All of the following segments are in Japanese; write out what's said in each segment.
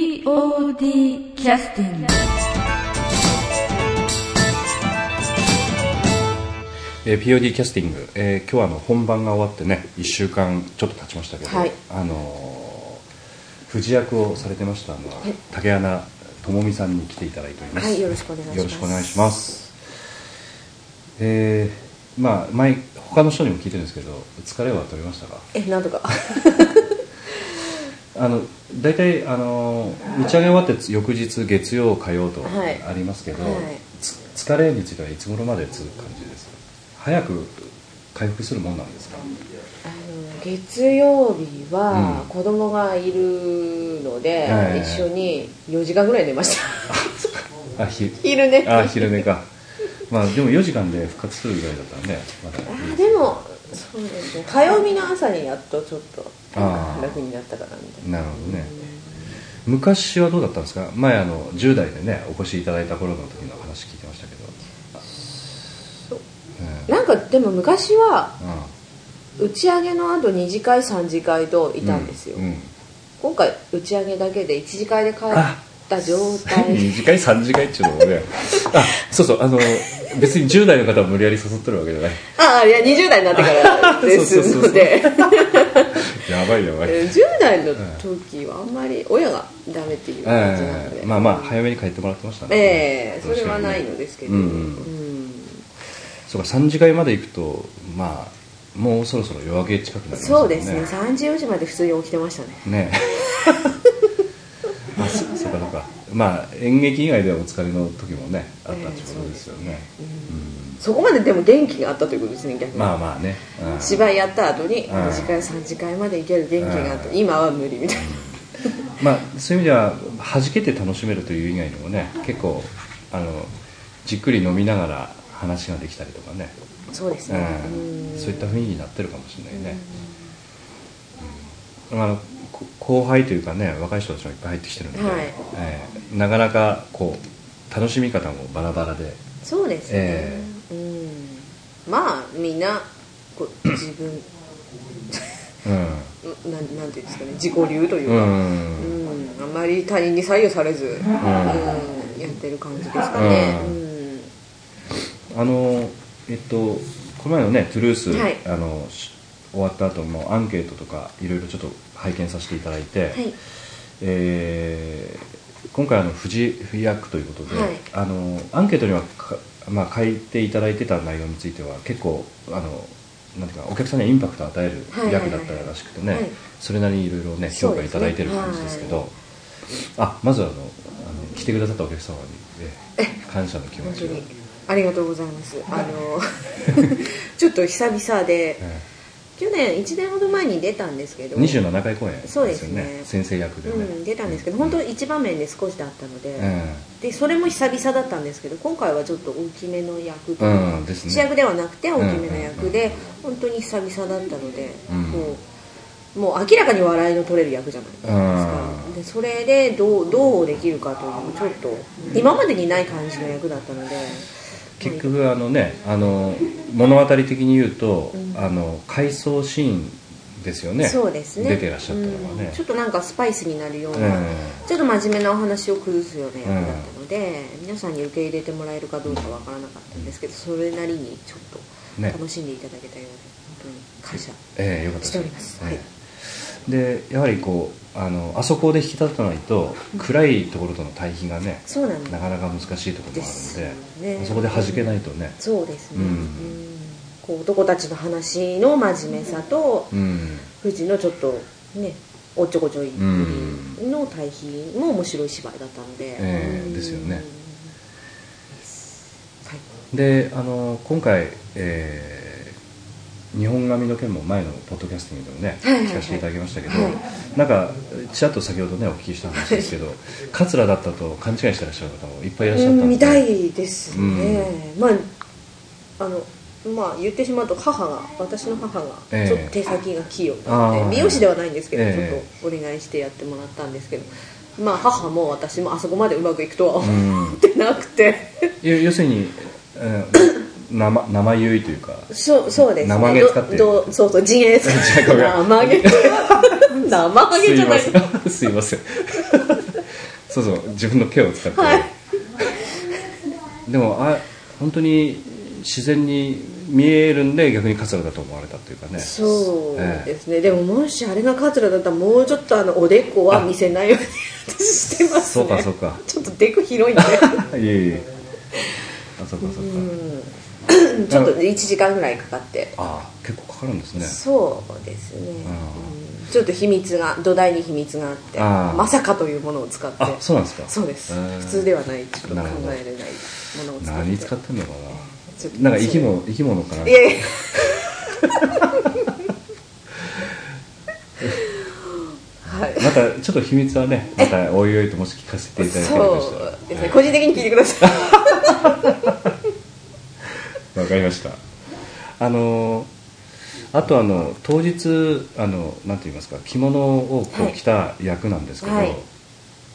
POD キャスティングえー POD キャスティング、えー今日はあの本番が終わってね1週間ちょっと経ちましたけど、はいあのー、藤役をされてましたあの、竹穴智美さんに来ていただいておりますはいよろしくお願いしますよろしくお願いしますえーまあ前他の人にも聞いてるんですけど疲れは取れましたかえなんとかあの大体あのー打ち上げ終わってつ翌日月曜火曜とはいありますけど、はいつ疲れについてはいつ頃まで続く感じですか早く回復するもんなんですかあの月曜日はうん子供がいるので、はい一緒に4時間ぐらい寝ました あひ昼寝あ昼寝かまあでも4時間で復活するぐらいだったらねまだいいあでもそうですね火曜日の朝にやっとちょっとあー楽になったかなみたいななるほどね昔はどうだったんですか前あの10代でねお越しいただいた頃の時の話聞いてましたけどそううんなんかでも昔はうん打ち上げの後二次会三次会といたんですよ、うん今回打ち上げだけで一次会で帰った状態2次会3次会っていうのもねあそうそうあの別に10代の方は無理やり誘ってるわけじゃないああいや20代になってから ですのでやばいやばい、えー10代の時はあんまり親がダメっていう感じなのえで、えまあまあ早めに帰ってもらってましたねええそれは確かなにいねのですけど、ううんんそうか3次会まで行くとまあもうそろそろ夜明け近くなりますよそうですね3時4時まで普通に起きてましたねね えあそそうかそうかまあ演劇以外ではお疲れの時もねあったってことですよね、そこまででも元気があったということですね逆に、まあまあね、うん芝居やった後にうん2次会3次会まで行ける元気があった、うん今は無理みたいな、まあ、そういう意味では弾けて楽しめるという以外にもね結構あのじっくり飲みながら話ができたりとかね、そうですね、うんうんそういった雰囲気になってるかもしれないね、うんあのこ後輩というかね若い人たちもいっぱい入ってきてるので、はいええなかなかこう楽しみ方もバラバラでそうですね、えうんまあみんなこう自分うんなんなんていうんですかね自己流といううか、ん、うん、あまり他人に左右されず、うんやってる感じですかね、ううんんあのえっとこの前のねトゥルース、はいあのし終わった後もアンケートとかいろいろちょっと拝見させていただいて、はいえー今回あの藤フィアックということで、はいあのアンケートにはか、まあ、書いていただいてた内容については結構あのなんていうかお客さんにインパクトを与えるはいはいは役いだったらしくてね、はいそれなりにいろいろね評価いただいてる感じですけどあまずあのあの来てくださったお客様に、ね、感謝の気持本ち当を。にありがとうございます、あの ちょっと久々で、え去年1年ほど前に出たんですけえど27回公演そうですね先生役でね、うん、出たんですけど本当1場面で少しだったので、えでそれも久々だったんですけど今回はちょっと大きめの役えで、うんですね主役ではなくて大きめの役で、うん本当に久々だったので、うんこうもう明らかに笑いの取れる役じゃないですか、うんでそれでどうどうできるかというちょっと今までにない感じの役だったので結局あのねあの物語的に言うと、うんあの回想シーンですよねそうですね出てらっしゃったのがうねんちょっとなんかスパイスになるよううな、んちょっと真面目なお話を崩すような役だったので、皆さんに受け入れてもらえるかどうかわからなかったんですけどそれなりにちょっとね楽しんでいただけたようで、本当に感謝ええよかったしておりますええでやはりこうあのあそこで引き立たないと暗いところとの対比がねそうなんですなかなか難しいところもあでするよのでねあそこで弾けないとねそうですね、うんうんこう男たちの話の真面目さと、うん富士のちょっとねおっちょこちょいの対比も面白い芝居だったので、ええうんですよねはいであの今回、えー日本髪の件も前のポッドキャスティングでもね、はいはいはい聞かせていただきましたけど、はなんかちらっと先ほどねお聞きした話ですけど桂だったと勘違いしてらっしゃる方もいっぱいいらっしゃったんうで、ん見たいですね、まああのまあ言ってしまうと母が私の母ええがちょっと手先が器用なあので、ー美容師ではないんですけど、ええちょっとお願いしてやってもらったんですけどまあ母も私もあそこまでうまくいくとはう思んってなくて、要要するに、えー、生生ゆいというか そうそうですね生揚げ使ってるどどそうそう 陣営使っ違うて ごめん生揚げ生揚げじゃない すいませんすいませんそうそう自分の毛を使って、はいでもあ本当に自然に見えるんで逆に桂だと思われたというかねそうええですね、でももしあれがカツラだったらもうちょっとあのおでこは見せないように私してますそねうかそうかちょっとでこ広い んでいえ いえあそうかそうか、うんちょっと1時間ぐらいかかってああ結構かかるんですねそうですね、あうんちょっと秘密が土台に秘密があってああまさかというものを使ってあそうなんですかそうですへえ普通ではないちょっと考なるほどえれないものを使って何使ってんのかちょっとななんか生き物生き物かないや いやはいまたちょっと秘密は ねまたおいおいともし聞かせていただければとしそたらうですね個人的に聞いてくださいわかりましたあのあとあの当日あのなんて言いますか着物をこはいう着た役なんですけど、はい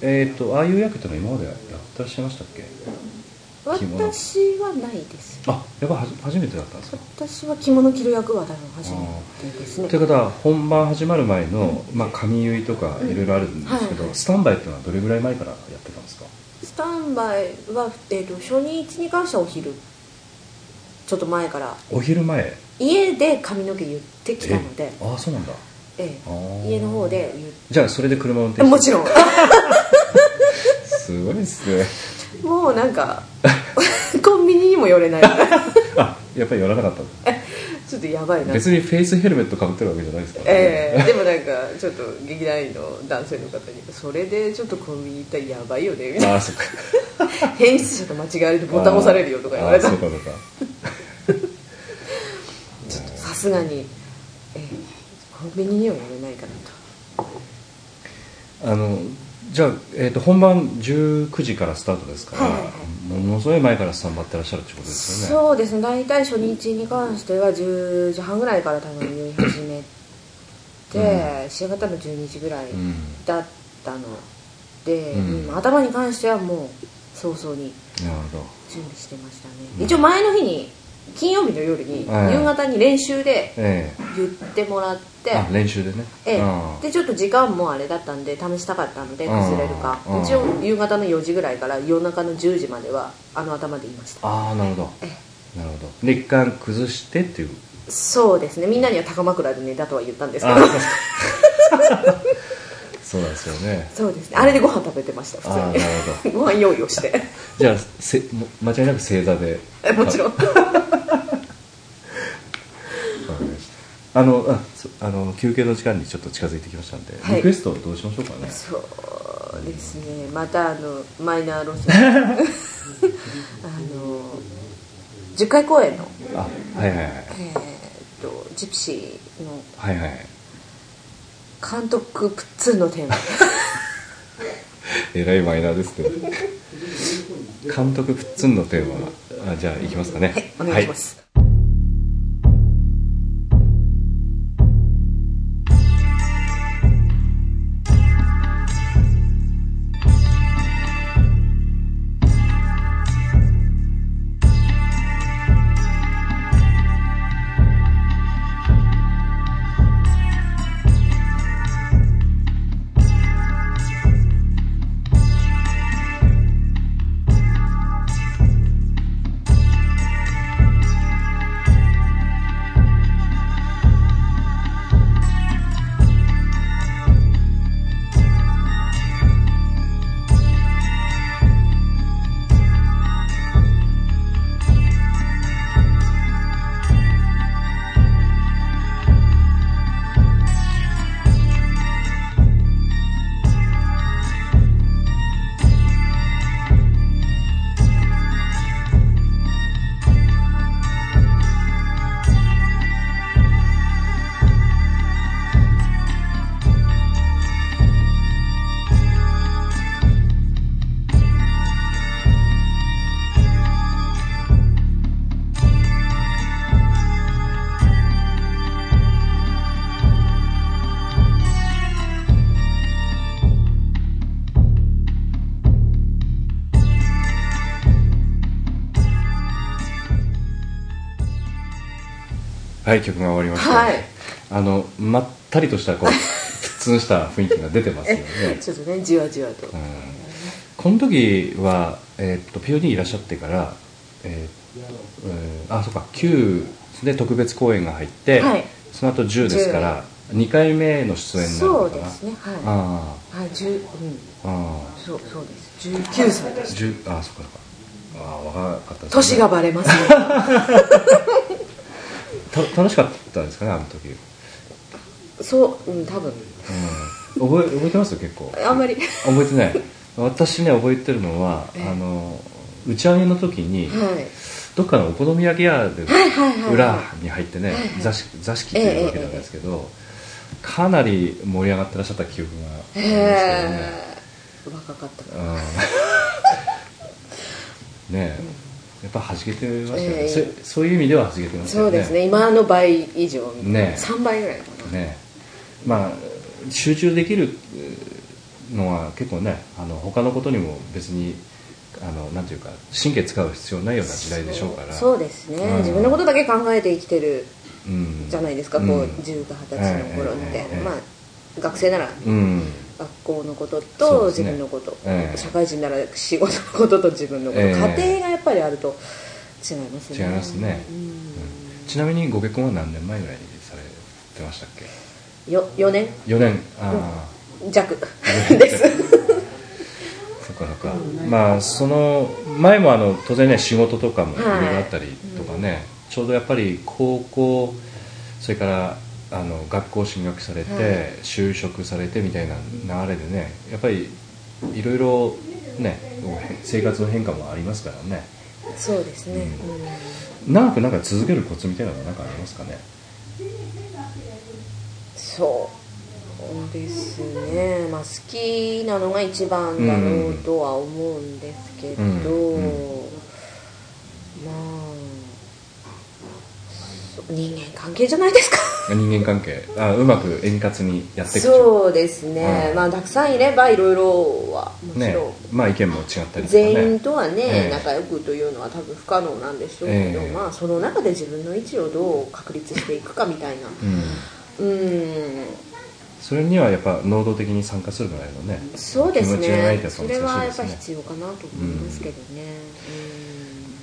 えっ、とああいう役ってのは今までやってらっしゃいましたっけ着物私はないですあやっぱはじ初めてだったんですか私は着物着る役は多分初めてですねという方は本番始まる前の、まあ、髪結いとかいろいろあるんですけど、はいスタンバイっていうのはどれぐらい前からやってたんですかスタンバイは、えー、と初日に関してはお昼ちょっと前からお昼前家で髪の毛言ってきたので、ああそうなんだえあえー家の方で言っじゃあそれで車運て転もちろんすごいですね もうなんか コンビニにも寄れない あやっぱりやらなかったちょっとやばいな別にフェイスヘルメットかぶってるわけじゃないですからね、ええでもなんかちょっと劇団員の男性の方に「それでちょっとコンビニ行ったらやばいよね」みた いああそっ かな「変質者と間違えるとボタン押されるよ」とか言われたあーそうかそうかさすがに、ええコンビニには寄れないかなとあのじゃあ、えー、と本番19時からスタートですから、はいはいはものすごい前からスタンバってらっしゃるってことですよねそうですね大体初日に関しては10時半ぐらいから多分言い始めて、仕上がったの12時ぐらいうんだったので、うんうん頭に関してはもう早々になるほど準備してましたね、うん一応前の日に金曜日の夜に夕はい方に練習でええ言ってもらって、あ練習でねえあえ、でちょっと時間もあれだったんで試したかったのでうん崩れるかうん一応夕方の4時ぐらいから夜中の10時まではあの頭でいましたあーなるほえどなるほどで一貫崩してっていうそうですねみんなには高枕で寝たとは言ったんですけあどーそうか そうなんですよねそうですねあれでご飯食べてましたああーな普る通に ご飯用意をしてほどじゃあせも間違いなく正座でえもちろんわかりましたあのあそあの休憩の時間にちょっと近づいてきましたんで、はいリクエストどうしましょうかねそうですねまたあのマイナーロス あの10回公演のあはいはいはいえーっとジプシーのはいはいはい監督プッツンのテーマえらいマイナーです ね監督プッツンのテーマあじゃあいきますかねはいお願いします、はい曲が終わりました、はいあのま ったりとしたこうプッツンした雰囲気が出てますよねちょっとねじわじわと、うんこの時は、えーっと POD いらっしゃってから、えーえーあそうか9で特別公演が入って、はいその後10ですから2回目の出演になるそのうかでなすねはあいはい十うんああそうそうです19歳あです10あそっかそっかああ若かったですね年がバレます ねた楽しかったですかねあの時、そううん多分うん、覚え覚えてます結構あんまり覚えてない私ね覚えてるのはええあの打ち上げの時にはいどっかのお好み焼き屋ではいはいはい裏に入ってねはいはい座敷座敷っていうわけなんですけどかなり盛り上がってらっしゃった記憶があへるんですけどねえ若かった うんねえやっぱ弾けてましたよねええそそういう意味では弾けてますよそうですね今の倍以上みたいなね3倍ぐらいかなねまあ集中できるえーのは結構ねあの他のことにも別にあのなんていうか神経使う必要ないような時代でしょうからそうそうですね、うん自分のことだけ考えて生きてるうんじゃないですか、こう10か20歳の頃って、ええええええまあ学生ならうん学校のことそうとです自ね分のこと、ええ社会人なら仕事のことと自分のこと、ええ家庭がやっぱりあると違いますね違いますねうんちなみにご結婚は何年前ぐらいにされてましたっけよ4年4年ああ、 弱 ですそっかそっか、まあその前もあの当然ね仕事とかもいろいろあったりとかね、ちょうどやっぱり高校それからあの学校進学されて、はい就職されてみたいな流れでねやっぱりいろいろね生活の変化もありますからねそうですね、うん長くなんか続けるコツみたいなのは何かありますかねそうですね、まあ、好きなのが一番だろうとは思うんですけど、うんまあそう人間関係じゃないですか人間関係あうまく円滑にやっていくそうですね、うんまあたくさんいればいろいろはもちねろん、まあ意見も違ったりとかね全員とはね、ええ仲良くというのは多分不可能なんでしょうけど、ええまあその中で自分の位置をどう確立していくかみたいなうんうんそれにはやっぱ能動的に参加するぐらいのねそうです気持ちがないとねやっぱそれは難しいやでっすぱね必要かなと思いますけどね、うん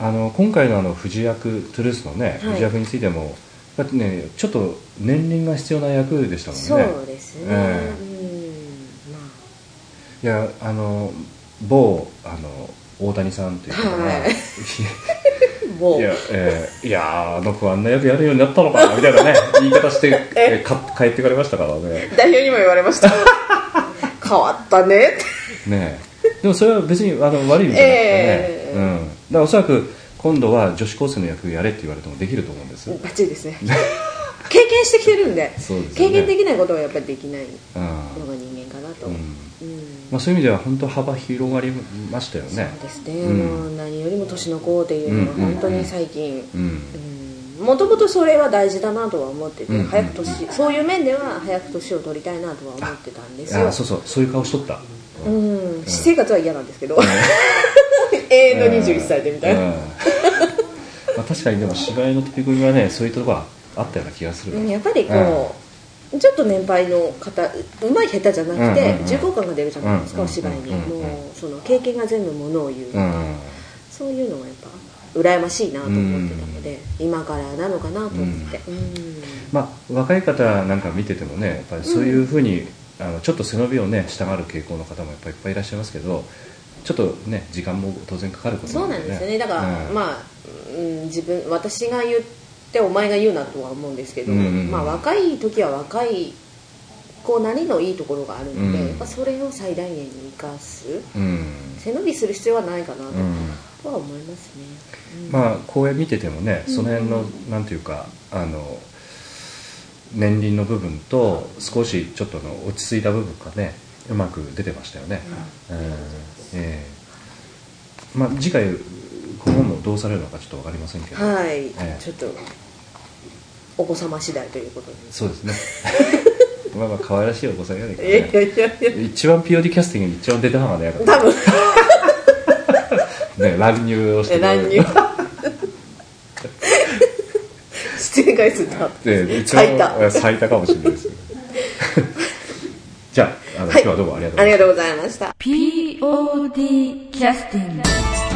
あの今回のあの藤役トゥルースのね、い藤役についてもだってねちょっと年輪が必要な役でしたもんねそうですね、えうんまいやあの某あの大谷さんという方が、はいいあもうや、え ーいやーあの子あんな役やるようになったのかなみたいなね言い方 して、えーか帰ってかれましたからね代表にも言われ ました変わったねってねえでもそれは別にあの悪い意味じゃなくてね、ええうん、だからおそらく今度は女子高生の役やれって言われてもできると思うんです、バッチリですね 経験してきてるんでそうですよ経ね験できないことはやっぱりできないうんのが人間かなと、ううんんまあ、そういう意味では本当幅広がりましたよそうねですね、うんもう何よりも年の子っていうのはうんうんうん本当に最近うんもともとそれは大事だなとは思ってて、うんうん早く年そういう面では早く年を取りたいなとは思ってたんですよあそうそうそういう顔しとったうん、私生活は嫌なんですけど永遠の21歳でみたいな、うんまあ、確かにでも芝居の取り組みはねそういうところはあったような気がする、うんやっぱりこう、ちょっと年配の方うまい下手じゃなくて、うんうんうん重厚感が出るじゃないですか、うんお芝居に、うんうんもうその経験が全部ものを言う、うんそういうのがやっぱ羨ましいなと思ってたので、今からなのかなと思って、うんまあ、若い方なんか見ててもねやっぱりそういうふうに、あのちょっと背伸びをねしたがる傾向の方もやっぱりいっぱいいらっしゃいますけどちょっとね時間も当然かかることそうなんですよねだから、うんまあ、うん、自分私が言ってお前が言うなとは思うんですけど、うんうんうんまあ、若い時は若い子なりのいいところがあるので、うんやっぱそれを最大限に生かすうん、背伸びする必要はないかなとうんとは思いますね、うんまあ公演見ててもねうんその辺の、なんていうかあの年輪の部分と少しちょっとの落ち着いた部分がねうまく出てましたよね、うんええまあ次回今後もどうされるのかちょっと分かりませんけど、はい、ええちょっとお子様次第ということでそうですねまあまあ可愛らしいお子さんやねんけいやいどやねいやいや一番 POD キャスティングに一番出たのがねやっぱ 多分ね乱入をしてくれる 乱 入出演回数だで一番最多え最多かもしれないですじゃああの、今日はどうもありがとうございましたありがとうございました POD POD キャスティング